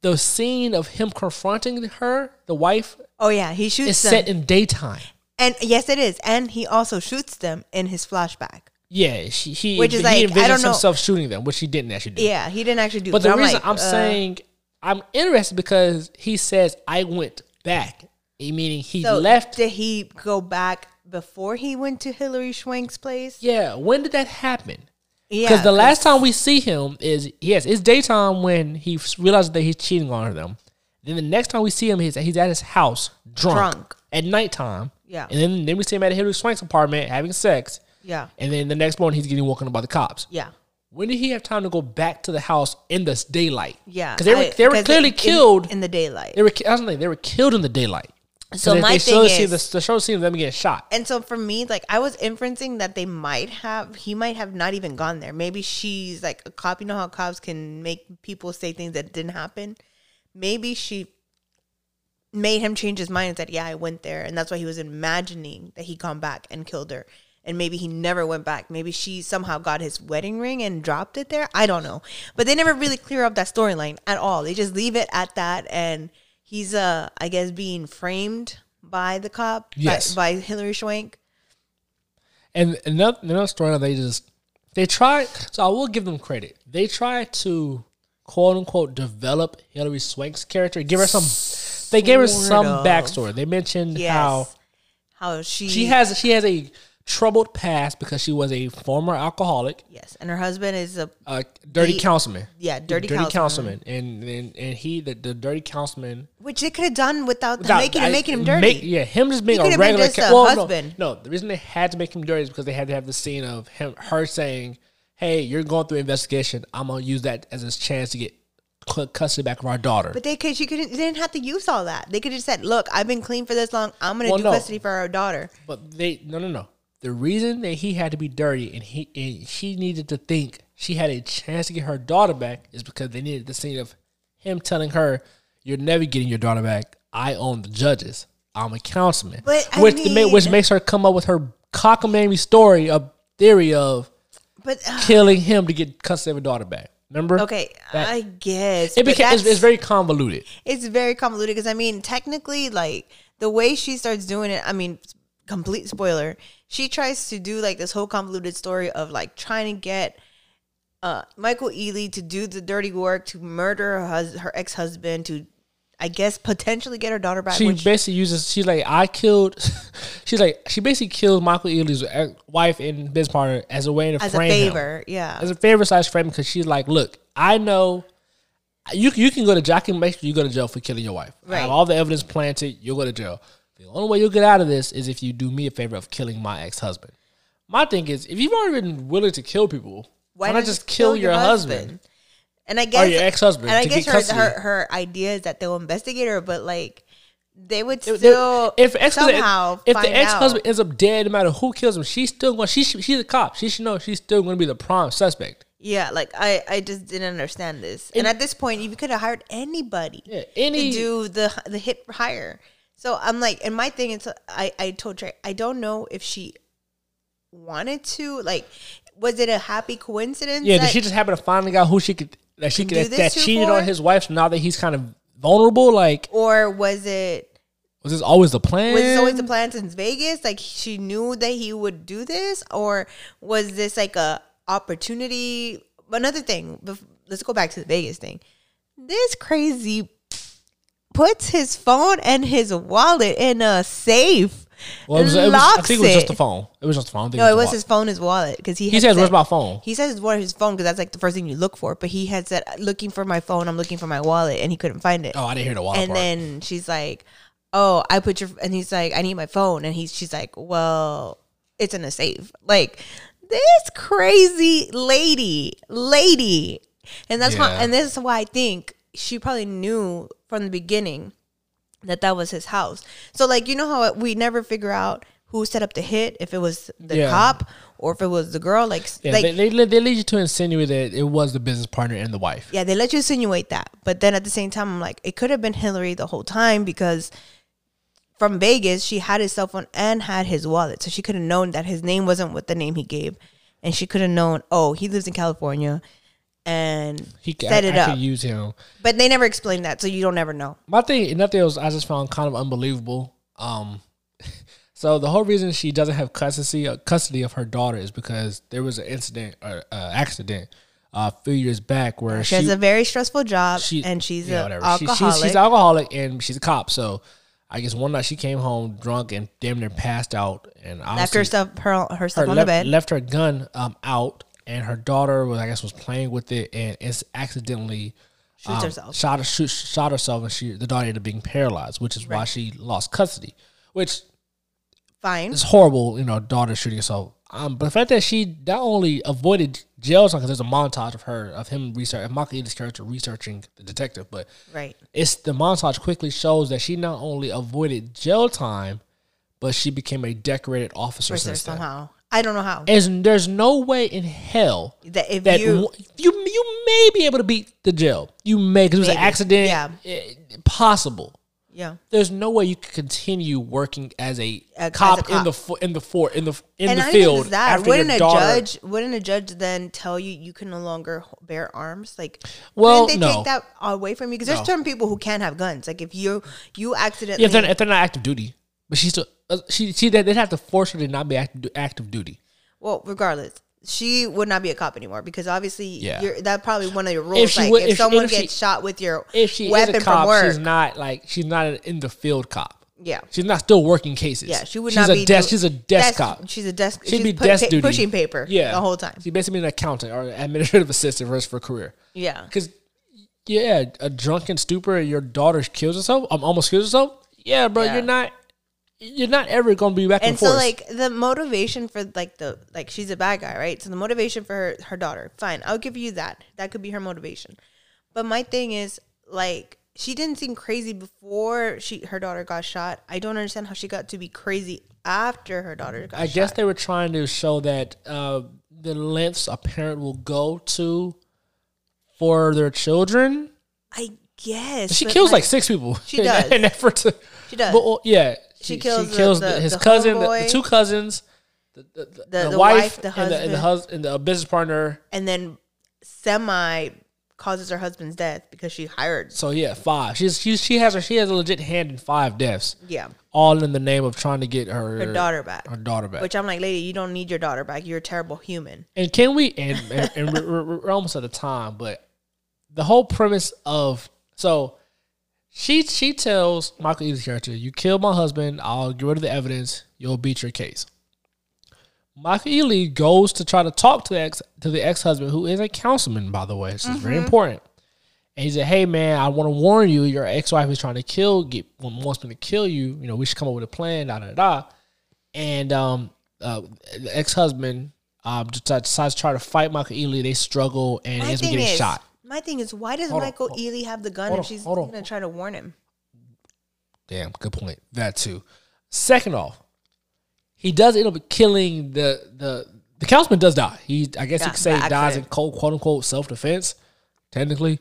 Speaker 2: the scene of him confronting her, the wife,
Speaker 1: Oh yeah, he shoots
Speaker 2: is
Speaker 1: them.
Speaker 2: set in daytime.
Speaker 1: and yes it is. And he also shoots them in his flashback.
Speaker 2: Yeah, she he
Speaker 1: Which is
Speaker 2: he
Speaker 1: like, I
Speaker 2: envisions
Speaker 1: don't know-
Speaker 2: himself shooting them, which he didn't actually do.
Speaker 1: Yeah, he didn't actually do
Speaker 2: but the reason
Speaker 1: like,
Speaker 2: I'm
Speaker 1: uh,
Speaker 2: saying I'm interested because he says I went back, meaning he
Speaker 1: so
Speaker 2: left.
Speaker 1: Did he go back before he went to Hillary Schwenk's place?
Speaker 2: yeah, when did that happen?
Speaker 1: Yeah.
Speaker 2: Because the last time we see him is yes, it's daytime when he f- realizes that he's cheating on them. Then the next time we see him, he's he's at his house drunk,
Speaker 1: Drunk.
Speaker 2: at nighttime.
Speaker 1: Yeah.
Speaker 2: and then then we see him at Hillary Swank's apartment having sex,
Speaker 1: Yeah.
Speaker 2: and then the next morning he's getting woken up by the cops.
Speaker 1: Yeah.
Speaker 2: When did he have time to go back to the house in this daylight?
Speaker 1: Yeah.
Speaker 2: because they were
Speaker 1: I-
Speaker 2: they were
Speaker 1: 'cause
Speaker 2: clearly
Speaker 1: in-
Speaker 2: killed.
Speaker 1: in, the daylight.
Speaker 2: they were ki- I was like, they were killed in the daylight.
Speaker 1: So
Speaker 2: they,
Speaker 1: my
Speaker 2: they show
Speaker 1: thing
Speaker 2: the scene-
Speaker 1: is-
Speaker 2: the, the show scene of them getting shot.
Speaker 1: and so for me, like I was inferencing that they might have, he might have not even gone there. Maybe she's like a cop. You know how cops can make people say things that didn't happen. Maybe she made him change his mind and said, "Yeah, I went there," and that's why he was imagining that he gone back and killed her. And maybe he never went back. Maybe she somehow got his wedding ring and dropped it there. I don't know. But they never really clear up that storyline at all. They just leave it at that. And he's, uh, I guess, being framed by the cop, by-
Speaker 2: Yes.
Speaker 1: by, Hillary Schwank.
Speaker 2: And another another story that they just they tried. So I will give them credit. They tried to quote unquote develop Hillary Swank's character, give her some. They gave her
Speaker 1: Sort
Speaker 2: some
Speaker 1: of.
Speaker 2: backstory. They mentioned
Speaker 1: Yes.
Speaker 2: how
Speaker 1: How, she,
Speaker 2: she has she has a troubled past because she was a former alcoholic,
Speaker 1: yes. And her husband is a,
Speaker 2: a dirty
Speaker 1: The-
Speaker 2: councilman.
Speaker 1: yeah, dirty, councilman.
Speaker 2: councilman, and and and he the, the dirty councilman
Speaker 1: Which they could have done without,
Speaker 2: Without-
Speaker 1: making,
Speaker 2: I-
Speaker 1: making him dirty.
Speaker 2: make- yeah, him just being
Speaker 1: could
Speaker 2: a
Speaker 1: have been
Speaker 2: regular
Speaker 1: just
Speaker 2: ca-
Speaker 1: a
Speaker 2: well, no,
Speaker 1: husband.
Speaker 2: No, the reason they had to make him dirty is because they had to have the scene of him, her saying, "Hey, you're going through investigation. I'm gonna use that as a chance to get cu- custody back of our daughter."
Speaker 1: But they could, she couldn't, they didn't have to use all that. They could have said, "Look, I've been clean for this long. I'm gonna
Speaker 2: Well,
Speaker 1: do
Speaker 2: no.
Speaker 1: custody for our daughter."
Speaker 2: But they no no no. The reason that he had to be dirty and he and she needed to think she had a chance to get her daughter back is because they needed the scene of him telling her, "You're never getting your daughter back. I own the judges. I'm a councilman,"
Speaker 1: But I
Speaker 2: which ma-
Speaker 1: mean-
Speaker 2: which makes her come up with her cockamamie story of theory of
Speaker 1: But uh,
Speaker 2: killing him to get custody of her daughter back. Remember?
Speaker 1: okay, I guess
Speaker 2: It
Speaker 1: but
Speaker 2: became it's,
Speaker 1: that's-
Speaker 2: it's very convoluted.
Speaker 1: it's very convoluted because I mean, technically, like the way she starts doing it, I mean, complete spoiler. She tries to do like this whole convoluted story of like trying to get uh, Michael Ealy to do the dirty work to murder her, hus- her ex husband to, I guess, potentially get her daughter back.
Speaker 2: She
Speaker 1: which,
Speaker 2: basically uses. She's like, I killed. (laughs) She's like, she basically killed Michael Ealy's ex- wife and business partner as a way to
Speaker 1: as a
Speaker 2: frame him.
Speaker 1: favor, yeah,
Speaker 2: as a favor slash frame because she's like, look, I know you you can go to jail. I can make sure you go to jail for killing your wife. I have
Speaker 1: Right.
Speaker 2: all the evidence planted. You'll go to jail. The only way you'll get out of this is if you do me a favor of killing my ex husband. My thing is, if you've already been willing to kill people, why,
Speaker 1: don't
Speaker 2: not
Speaker 1: you
Speaker 2: just kill, your, husband?
Speaker 1: And I guess
Speaker 2: your ex-husband
Speaker 1: And I
Speaker 2: to
Speaker 1: guess
Speaker 2: get
Speaker 1: her,
Speaker 2: custody.
Speaker 1: her her idea is that they'll investigate her, but like they would
Speaker 2: If the-
Speaker 1: still
Speaker 2: if ex
Speaker 1: somehow
Speaker 2: if
Speaker 1: find
Speaker 2: the ex husband
Speaker 1: out.
Speaker 2: ends up dead, no matter who kills him, she's still going. She should- she's a cop. She should know she's still going to be the prime suspect.
Speaker 1: Yeah, like I, I just didn't understand this. And,
Speaker 2: And-
Speaker 1: at this point, you could have hired anybody
Speaker 2: Yeah, any
Speaker 1: to do the the hit hire. So I'm like, and my thing is, I I told Trey, I don't know if she wanted to. Like, was it a happy coincidence?
Speaker 2: Yeah,
Speaker 1: that-
Speaker 2: did she just happen to finally got who she could that she could
Speaker 1: do
Speaker 2: that,
Speaker 1: this
Speaker 2: that
Speaker 1: to
Speaker 2: cheated
Speaker 1: for?
Speaker 2: on his wife? So now that he's kind of vulnerable, like
Speaker 1: or was it
Speaker 2: was this always the plan?
Speaker 1: was this always the plan since Vegas? Like she knew that he would do this, or was this like a opportunity? Another thing, bef- let's go back to the Vegas thing. This crazy puts his phone and his wallet in a safe.
Speaker 2: Well, it was, it was- I
Speaker 1: locks
Speaker 2: think it was just the
Speaker 1: it.
Speaker 2: phone. It was just the phone. I think
Speaker 1: No, it
Speaker 2: the
Speaker 1: was
Speaker 2: wa-
Speaker 1: his phone, his wallet, because he
Speaker 2: He
Speaker 1: had
Speaker 2: says,
Speaker 1: said-
Speaker 2: "Where's my phone?"
Speaker 1: He says it's one his phone because that's like the first thing you look for. But he had said, "Looking for my phone, I'm looking for my wallet," and he couldn't find it
Speaker 2: Oh, I didn't hear the wallet
Speaker 1: and
Speaker 2: part.
Speaker 1: then she's like, "Oh, I put your," and he's like, "I need my phone," and he's she's like, "Well, it's in a safe." Like this crazy lady, lady, and that's why,
Speaker 2: Yeah.
Speaker 1: and this is why I think she probably knew from the beginning that that was his house. So like, you know how we never figure out who set up the hit if it was the
Speaker 2: Yeah.
Speaker 1: cop or if it was the girl. Like, s-
Speaker 2: yeah,
Speaker 1: like
Speaker 2: they, they they lead you to insinuate that it was the business partner and the wife.
Speaker 1: yeah, they let you insinuate that. But then at the same time, I'm like, it could have been Hillary the whole time because from Vegas, she had his cell phone and had his wallet. So she could have known that his name wasn't what the name he gave. And she could have known, oh, he lives in California and
Speaker 2: He c-
Speaker 1: set
Speaker 2: I,
Speaker 1: it
Speaker 2: I
Speaker 1: up.
Speaker 2: could use him.
Speaker 1: but they never explained that. So you don't ever know.
Speaker 2: My thing, nothing else. I just found kind of unbelievable. Um, (laughs) so the whole reason she doesn't have custody uh, custody of her daughter is because there was an incident or uh, accident uh, a few years back where
Speaker 1: She, has a very stressful job
Speaker 2: she-
Speaker 1: and she's
Speaker 2: yeah,
Speaker 1: an
Speaker 2: whatever. She-
Speaker 1: alcoholic.
Speaker 2: she's, she's an alcoholic and she's a cop. So I guess one night she came home drunk and damn near passed out and
Speaker 1: left
Speaker 2: obviously
Speaker 1: herself, her, herself
Speaker 2: her
Speaker 1: on
Speaker 2: left,
Speaker 1: the bed.
Speaker 2: left her gun um, out and her daughter was I guess was playing with it and it's accidentally um,
Speaker 1: Shoots herself.
Speaker 2: shot shoot, shot herself and she the daughter ended up being paralyzed, which is why she lost custody. Which
Speaker 1: Fine.
Speaker 2: it's horrible, you know, daughter shooting herself. Um, but the fact that she not only avoided jail time because there's a montage of her of him research of Michael Eaton's character researching the detective, but
Speaker 1: Right.
Speaker 2: it's the montage quickly shows that she not only avoided jail time, but she became a decorated officer
Speaker 1: Or
Speaker 2: since then.
Speaker 1: somehow. I don't know how.
Speaker 2: And there's no way in hell
Speaker 1: That if
Speaker 2: that
Speaker 1: you-
Speaker 2: you you, you may be able to beat the jail. You may because it was an
Speaker 1: Maybe.
Speaker 2: accident.
Speaker 1: Yeah.
Speaker 2: Eh, possible.
Speaker 1: yeah.
Speaker 2: There's no way you could continue working as a,
Speaker 1: As a
Speaker 2: cop, in
Speaker 1: cop.
Speaker 2: the fo- in the for in the in
Speaker 1: and
Speaker 2: the
Speaker 1: not even
Speaker 2: field
Speaker 1: just that.
Speaker 2: after
Speaker 1: wouldn't
Speaker 2: your
Speaker 1: a
Speaker 2: daughter.
Speaker 1: judge wouldn't a judge then tell you you can no longer h- bear arms? Like,
Speaker 2: Well,
Speaker 1: wouldn't they
Speaker 2: no.
Speaker 1: take that away from you? Because
Speaker 2: No.
Speaker 1: there's certain people who can't have guns. Like if you you accidentally
Speaker 2: Yeah, if they're, if they're not active duty, but she's still uh, she she they'd have to force her to not be active active duty.
Speaker 1: well, regardless. She would not be a cop anymore because obviously
Speaker 2: Yeah.
Speaker 1: you're, that probably one of your rules.
Speaker 2: she
Speaker 1: like
Speaker 2: would-
Speaker 1: if,
Speaker 2: if she-
Speaker 1: someone
Speaker 2: if she-
Speaker 1: gets shot with your
Speaker 2: if she
Speaker 1: weapon
Speaker 2: is a cop,
Speaker 1: from work,
Speaker 2: she's not like she's not an in the field cop.
Speaker 1: yeah,
Speaker 2: She's not still working cases.
Speaker 1: yeah, she would
Speaker 2: she's
Speaker 1: not
Speaker 2: a
Speaker 1: be.
Speaker 2: Desk,
Speaker 1: do-
Speaker 2: she's a desk, cop.
Speaker 1: She's a desk.
Speaker 2: She'd
Speaker 1: she's
Speaker 2: be
Speaker 1: put-
Speaker 2: desk
Speaker 1: pa-
Speaker 2: duty,
Speaker 1: pushing paper.
Speaker 2: Yeah,
Speaker 1: the whole time.
Speaker 2: She basically an accountant or an administrative assistant for her- for her career.
Speaker 1: Yeah,
Speaker 2: Because yeah, a drunken stupor, your daughter kills herself. Um, almost kills herself. Yeah, bro,
Speaker 1: Yeah.
Speaker 2: you're not. You're not ever gonna be back and,
Speaker 1: and so
Speaker 2: forth.
Speaker 1: like the motivation for like the like she's a bad guy right so the motivation for her her daughter fine i'll give you that that could be her motivation but my thing is like she didn't seem crazy before she her daughter got shot i don't understand how she got to be crazy after her daughter got
Speaker 2: I guess they were trying to show that uh, the lengths a parent will go to for their children.
Speaker 1: I guess
Speaker 2: She
Speaker 1: but,
Speaker 2: kills like six people. (laughs)
Speaker 1: She
Speaker 2: in-
Speaker 1: does.
Speaker 2: in effort to.
Speaker 1: she does.
Speaker 2: But, well, oh, yeah,
Speaker 1: She kills the- the-
Speaker 2: his
Speaker 1: the
Speaker 2: cousin, the, the
Speaker 1: homeboy.
Speaker 2: two cousins, the, the, the,
Speaker 1: the
Speaker 2: wife,
Speaker 1: wife, the
Speaker 2: and, the, and the hus- and the uh, business partner.
Speaker 1: and then semi causes her husband's death because she hired.
Speaker 2: So yeah, five. She's she she has her she has a legit hand in five deaths,
Speaker 1: Yeah,
Speaker 2: all in the name of trying to get her
Speaker 1: her daughter back.
Speaker 2: her daughter back.
Speaker 1: Which I'm like, lady, you don't need your daughter back. You're a terrible human.
Speaker 2: and can we and and, and we're- we're, we're almost at the time, but the whole premise of so she she tells Michael Eaton's character, "You killed my husband. I'll get rid of the evidence. You'll beat your case." Michael Ely goes to try to talk to the ex to the ex husband, who is a councilman, by the way. So it's very important. And he said, "Hey man, I want to warn you. Your ex wife is trying to kill get wants me to kill you. You know, we should come up with a plan." Da da da. And um, uh, the ex husband um decides decides to try to fight Michael Ely. They struggle and ends up getting shot.
Speaker 1: my thing is, why does
Speaker 2: Hold on,
Speaker 1: Michael
Speaker 2: hold-
Speaker 1: Ealy have the gun
Speaker 2: hold
Speaker 1: if
Speaker 2: on,
Speaker 1: she's
Speaker 2: hold on.
Speaker 1: gonna try to warn him?
Speaker 2: Damn, good point. That too. Second off, he does end up killing the the the councilman does die. He I guess
Speaker 1: Yeah,
Speaker 2: you could say
Speaker 1: by
Speaker 2: dies in
Speaker 1: accident.
Speaker 2: quote, quote unquote self defense, technically.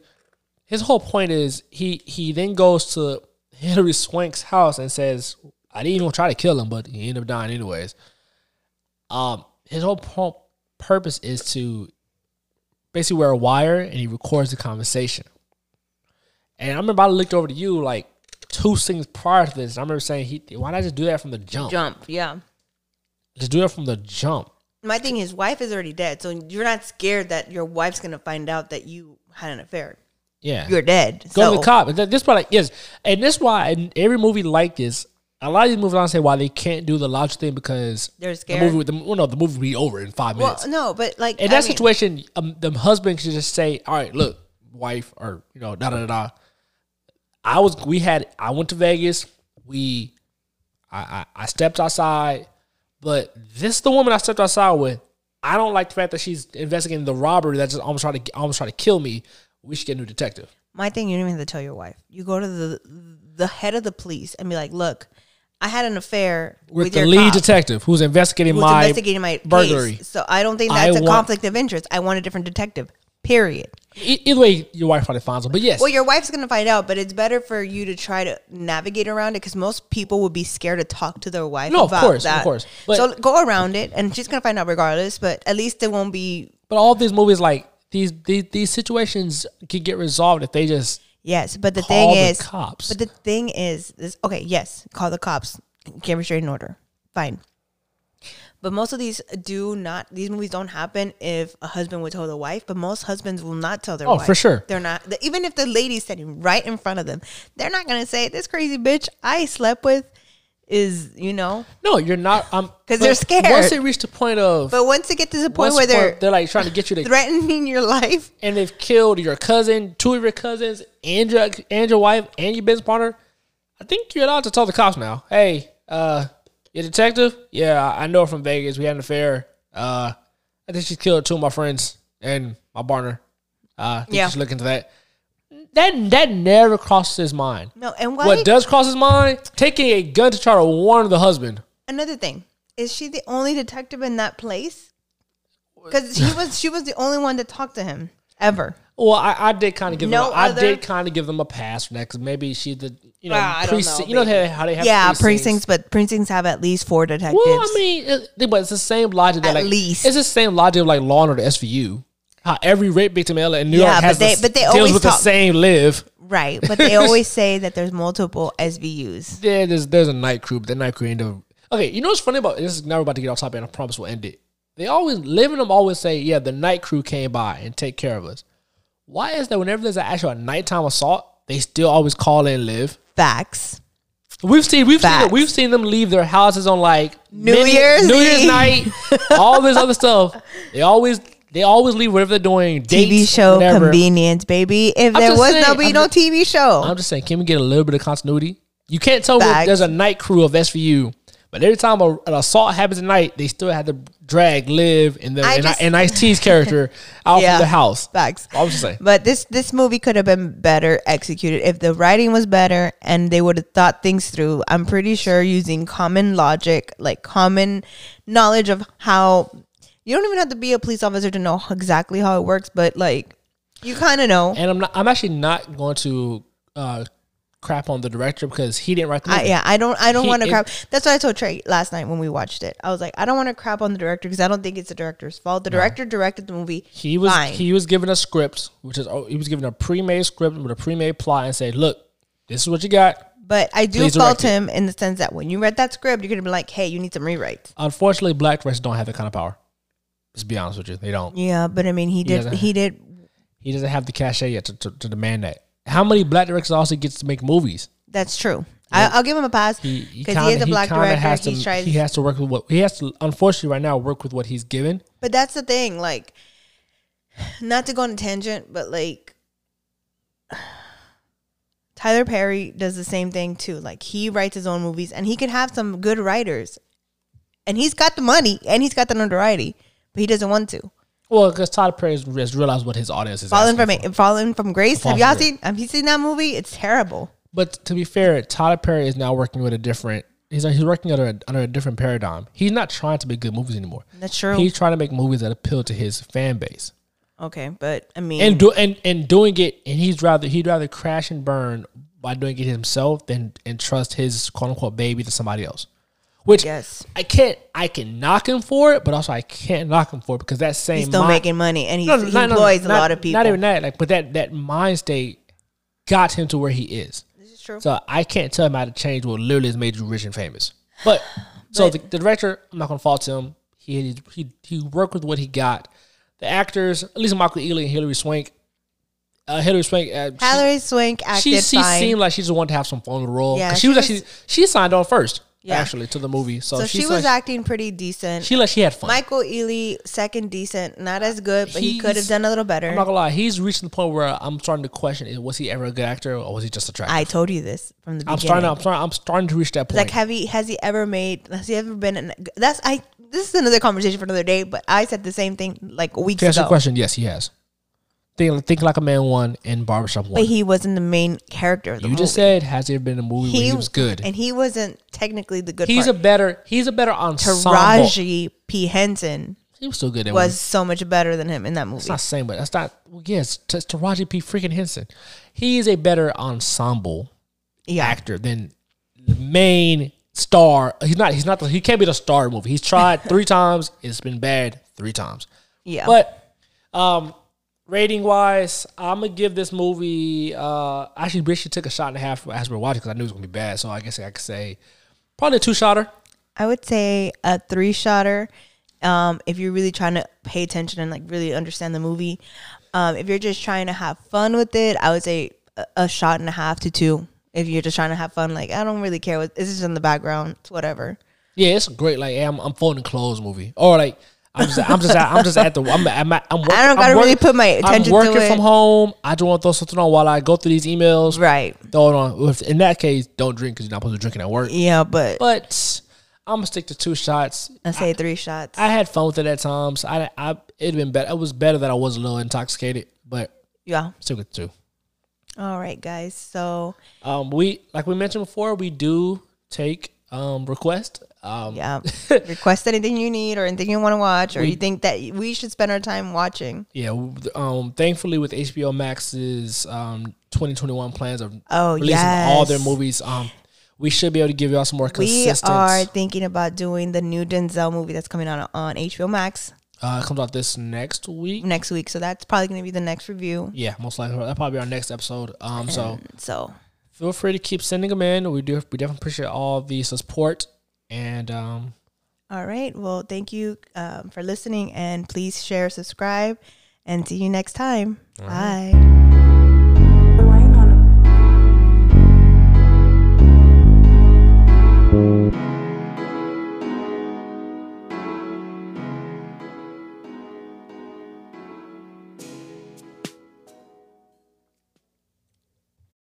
Speaker 2: His whole point is he he then goes to Hillary Swank's house and says, I didn't even try to kill him, but he ended up dying anyways. Um his whole pu- purpose is to basically wear a wire and he records the conversation. And I remember I looked over to you like two things prior to this. I remember saying, he, why not just do that from the jump?
Speaker 1: Jump, yeah.
Speaker 2: Just do it from the jump.
Speaker 1: My thing, his wife is already dead, so you're not scared that your wife's gonna find out that you had an affair.
Speaker 2: Yeah.
Speaker 1: You're dead.
Speaker 2: Go
Speaker 1: so
Speaker 2: to the cop. And th- This why, like, yes, and this why in every movie like this, a lot of these movies I say why they can't do the logic thing because
Speaker 1: They're
Speaker 2: the
Speaker 1: scared.
Speaker 2: movie, the, well, no, the movie will be over in five
Speaker 1: well,
Speaker 2: minutes.
Speaker 1: no, but like
Speaker 2: in
Speaker 1: I
Speaker 2: that
Speaker 1: mean,
Speaker 2: situation, um, the husband should just say, "All right, look, wife, or you know, da da da." da. I was, we had, I went to Vegas. We, I, I, I stepped outside, but this is the woman I stepped outside with. I don't like the fact that she's investigating the robbery that just almost tried to almost tried to kill me. We should get a new detective.
Speaker 1: My thing, you don't even have to tell your wife. You go to the the head of the police and be like, "Look, I had an affair
Speaker 2: With,
Speaker 1: with,
Speaker 2: the
Speaker 1: your
Speaker 2: lead
Speaker 1: cop
Speaker 2: detective who's investigating
Speaker 1: who's
Speaker 2: my
Speaker 1: investigating my
Speaker 2: burglary.
Speaker 1: case. So I don't think
Speaker 2: I
Speaker 1: that's a
Speaker 2: want-
Speaker 1: conflict of interest. I want a different detective. Period.
Speaker 2: E- either way, your wife probably finds him. But yes,
Speaker 1: Well, your wife's gonna find out, but it's better for you to try to navigate around it because most people would be scared to talk to their wife.
Speaker 2: No, of
Speaker 1: about
Speaker 2: course, of
Speaker 1: that.
Speaker 2: course. But-
Speaker 1: so go around it, and she's gonna find out regardless. But at least it won't be
Speaker 2: but all these movies like these these these situations can get resolved if they just
Speaker 1: Yes, but the
Speaker 2: Call
Speaker 1: thing
Speaker 2: the
Speaker 1: is,
Speaker 2: cops.
Speaker 1: But the thing is, is okay. Yes, call the cops. Get restraining order. Fine. But most of these do not. These movies don't happen if a husband would tell the wife. But most husbands will not tell their
Speaker 2: Oh,
Speaker 1: wife.
Speaker 2: for sure.
Speaker 1: They're not. the- Even if the lady's sitting right in front of them, they're not gonna say this crazy bitch I slept with is you know.
Speaker 2: No, you're not. I'm
Speaker 1: 'Cause
Speaker 2: but
Speaker 1: they're scared.
Speaker 2: Once they reach the point of
Speaker 1: But once it gets to the point
Speaker 2: once
Speaker 1: where
Speaker 2: the point-
Speaker 1: they're
Speaker 2: they're like trying to get you to,
Speaker 1: threatening your (laughs) life,
Speaker 2: and they've killed your cousin, two of your cousins, and your and your wife, and your business partner. I think you're allowed to tell the cops now. Hey, uh, your detective? Yeah, I I know her from Vegas. We had an affair. Uh, I think she killed two of my friends and my partner. Uh, I think
Speaker 1: Yeah.
Speaker 2: you should look into that. That that never crosses his mind.
Speaker 1: no. And why?
Speaker 2: What does cross his mind? Taking a gun to try to warn the husband.
Speaker 1: another thing is she the only detective in that place because she was she was the only one to talk to him ever
Speaker 2: Well, I, I did kind of give
Speaker 1: No
Speaker 2: them. A, I
Speaker 1: other-
Speaker 2: did kind of give them a pass for that because maybe she the you know
Speaker 1: Ah, I don't
Speaker 2: precinct.
Speaker 1: know,
Speaker 2: you know
Speaker 1: maybe.
Speaker 2: how they have
Speaker 1: yeah
Speaker 2: precincts.
Speaker 1: precincts. but precincts have at least four detectives
Speaker 2: Well, I mean, it, it- but it's the same logic. That
Speaker 1: At
Speaker 2: like
Speaker 1: least.
Speaker 2: it's the same logic of like Law and Order SVU. How every rape victim in LA in New
Speaker 1: Yeah,
Speaker 2: York
Speaker 1: but
Speaker 2: has
Speaker 1: they-
Speaker 2: the,
Speaker 1: but they
Speaker 2: deals
Speaker 1: always
Speaker 2: with the
Speaker 1: talk-
Speaker 2: same live.
Speaker 1: right but they always
Speaker 2: (laughs)
Speaker 1: say that there's multiple svus
Speaker 2: Yeah, there's there's a night crew, but the night crew end up. Okay, you know what's funny about this is now we're about to get off topic, and I promise we'll end it. They always live in them always say, yeah, the night crew came by and take care of us. Why is that whenever there's an actual nighttime assault, they still always call in live?
Speaker 1: facts
Speaker 2: We've seen we've seen
Speaker 1: Facts.
Speaker 2: we've seen them leave their houses on like
Speaker 1: New Year's
Speaker 2: New Year's
Speaker 1: Eve.
Speaker 2: night,
Speaker 1: (laughs)
Speaker 2: all this other stuff. They always they always leave whatever they're doing.
Speaker 1: tv
Speaker 2: dates,
Speaker 1: show
Speaker 2: whatever.
Speaker 1: convenience baby if there
Speaker 2: just
Speaker 1: was
Speaker 2: saying,
Speaker 1: no be
Speaker 2: I'm
Speaker 1: no
Speaker 2: just-
Speaker 1: tv show
Speaker 2: I'm just saying, can we get a little bit of continuity? You can't tell me
Speaker 1: Facts.
Speaker 2: there's a night crew of SVU, but every time a, an assault happens at night, they still have to drag live and the
Speaker 1: I
Speaker 2: and,
Speaker 1: just-
Speaker 2: and
Speaker 1: (laughs)
Speaker 2: Ice T's character out
Speaker 1: Yeah.
Speaker 2: from the house.
Speaker 1: facts
Speaker 2: I was just saying.
Speaker 1: but this this movie could have been better executed if the writing was better and they would have thought things through. I'm pretty sure using common logic, like common knowledge of how You don't even have to be a police officer to know exactly how it works, but like you kind of know.
Speaker 2: And I'm not, I'm actually not going to uh, crap on the director because he didn't write the movie.
Speaker 1: I, yeah, I don't. I don't
Speaker 2: He
Speaker 1: want to
Speaker 2: is-
Speaker 1: crap. That's what I told Trey last night when we watched it. I was like, I don't want to crap on the director because I don't think it's the director's fault. The director directed the movie.
Speaker 2: He was
Speaker 1: fine.
Speaker 2: he was given a script, which is oh, he was given a pre-made script with a pre-made plot, and said, "Look, this is what you got."
Speaker 1: but I do
Speaker 2: Please
Speaker 1: fault
Speaker 2: direct it.
Speaker 1: him in the sense that when you read that script, you're gonna be like, hey, you need some rewrites.
Speaker 2: Unfortunately, black directors don't have that kind of power. Let's be honest with you, they don't.
Speaker 1: Yeah, but I mean, he did.
Speaker 2: doesn't-
Speaker 1: He did.
Speaker 2: He doesn't have the cachet yet to, to, to demand that. How many black directors also gets to make movies?
Speaker 1: That's true. I, I'll give him a pass
Speaker 2: He he
Speaker 1: because he is
Speaker 2: kinda-
Speaker 1: a black
Speaker 2: kinda
Speaker 1: director.
Speaker 2: Has to,
Speaker 1: He's trying.
Speaker 2: he has to work with what he has to. Unfortunately, right now, work with what he's given.
Speaker 1: But that's the thing, like, not to go on a tangent, but like, Tyler Perry does the same thing too. Like, he writes his own movies, and he can have some good writers, and he's got the money and he's got the notoriety, but he doesn't want to.
Speaker 2: Well, because Todd Perry has realized what his audience is.
Speaker 1: Fallen
Speaker 2: asking
Speaker 1: from
Speaker 2: for.
Speaker 1: it, Fallen from Grace. have
Speaker 2: Fallen
Speaker 1: y'all
Speaker 2: from Grace.
Speaker 1: seen? Have you seen that movie? It's terrible.
Speaker 2: But to be fair, Tyler Perry is now working with a different. He's he's working under a, under a different paradigm. He's not trying to make good movies anymore.
Speaker 1: That's true.
Speaker 2: He's trying to make movies that appeal to his fan base,
Speaker 1: okay, but I mean,
Speaker 2: and do and, and doing it. And he's rather he'd rather crash and burn by doing it himself than and trust his quote unquote baby to somebody else. Which
Speaker 1: Yes.
Speaker 2: I can't. I can knock him for it, but also I can't knock him for it because that same
Speaker 1: he's still
Speaker 2: mind-
Speaker 1: making money, and he's,
Speaker 2: No, no,
Speaker 1: he
Speaker 2: no, no,
Speaker 1: employs a
Speaker 2: not-
Speaker 1: lot of people.
Speaker 2: Not even that. Like, but that that mind state got him to where he is.
Speaker 1: this is true.
Speaker 2: So I can't tell him how to change what literally has made you rich and famous.
Speaker 1: (laughs)
Speaker 2: But so the, the director, I'm not gonna fault him. He he he worked with what he got. The actors, at least Michael Ealy and Hilary Swank. Uh, Hilary Swank, uh, she-
Speaker 1: Hillary Swank acted
Speaker 2: she, she
Speaker 1: fine.
Speaker 2: seemed like she just wanted to have some fun with the role.
Speaker 1: Yeah,
Speaker 2: 'Cause she,
Speaker 1: she
Speaker 2: was,
Speaker 1: was-
Speaker 2: actually she signed on first
Speaker 1: Yeah.
Speaker 2: actually to the movie, so,
Speaker 1: So
Speaker 2: she,
Speaker 1: she was
Speaker 2: like,
Speaker 1: acting pretty decent.
Speaker 2: she like she had fun.
Speaker 1: Michael Ealy, second decent, not as good, but he could have
Speaker 2: He's-
Speaker 1: done a little
Speaker 2: I'm not
Speaker 1: better.
Speaker 2: gonna lie, he's reaching the point where I'm starting to question: Was he ever a good actor, or was he just attractive?
Speaker 1: I told you this from the beginning.
Speaker 2: I'm starting. To, I'm starting. I'm starting to reach that point.
Speaker 1: like, have he has he ever made? Has he ever been? An, that's I. This is another conversation for another day. But I said the same thing like weeks
Speaker 2: To answer
Speaker 1: ago.
Speaker 2: your question, yes, he has. Think, think like a man one and barbershop one.
Speaker 1: But he wasn't the main character. Of the
Speaker 2: you just
Speaker 1: movie.
Speaker 2: said has there been a movie where he was good?
Speaker 1: and he wasn't technically the good.
Speaker 2: he's
Speaker 1: part.
Speaker 2: a better. He's a better ensemble.
Speaker 1: Taraji P Henson
Speaker 2: He was still good. At
Speaker 1: was so much better than him in that movie.
Speaker 2: It's not the same, but that's not. Well, yes, yeah, Taraji P. Freaking Henson. He is a better ensemble
Speaker 1: Yeah.
Speaker 2: actor than the main star. He's not. He's not. The, he can't be the star of the movie.
Speaker 1: (laughs)
Speaker 2: He's tried three times. It's been bad three times.
Speaker 1: Yeah,
Speaker 2: But um rating wise, I'm gonna give this movie. Uh, I actually basically took a shot and a half as we were watching because I knew it was gonna be bad. So I guess I could say probably a two shotter.
Speaker 1: I would say a three shotter. Um, if you're really trying to pay attention and like really understand the movie, um, if you're just trying to have fun with it, I would say a, a shot and a half to two. If you're just trying to have fun, like I don't really care what this is in the background, it's whatever.
Speaker 2: Yeah, it's great. Like I'm, I'm folding clothes movie or like. I'm just, I'm just, I'm just at the. I'm, I'm, I'm work,
Speaker 1: (laughs) I don't
Speaker 2: I'm
Speaker 1: gotta
Speaker 2: work-
Speaker 1: really put my attention to
Speaker 2: I'm working
Speaker 1: it.
Speaker 2: from home. I just want to throw something on while I go through these emails.
Speaker 1: Right.
Speaker 2: Throw it on. If- In that case, don't drink because you're not supposed to be drinking at work.
Speaker 1: Yeah, but
Speaker 2: But I'm gonna stick to two shots.
Speaker 1: I say three shots.
Speaker 2: I had fun with it at times. I, I it'd been better. It was better that I was a little intoxicated, but
Speaker 1: yeah.
Speaker 2: still good too.
Speaker 1: All right, guys. So
Speaker 2: Um, we like we mentioned before, we do take um requests. Um,
Speaker 1: (laughs) yeah, request anything you need or anything you want to watch or you think that we should spend our time watching.
Speaker 2: yeah. w- Um, thankfully with HBO Max's um 2021 plans of
Speaker 1: Oh,
Speaker 2: releasing all their
Speaker 1: yes.
Speaker 2: movies, um, we should be able to give y'all some more
Speaker 1: We
Speaker 2: consistent.
Speaker 1: are thinking about doing the new Denzel movie that's coming out on HBO Max
Speaker 2: uh, it comes out this next week.
Speaker 1: next week. So that's probably going to be the next review.
Speaker 2: Yeah, most likely that'll probably be our next episode. Um, so
Speaker 1: So
Speaker 2: feel free to keep sending them in. We do we definitely appreciate all the support and um.
Speaker 1: all right. Well, thank you um, for listening and please share, subscribe, and see you next time. Bye.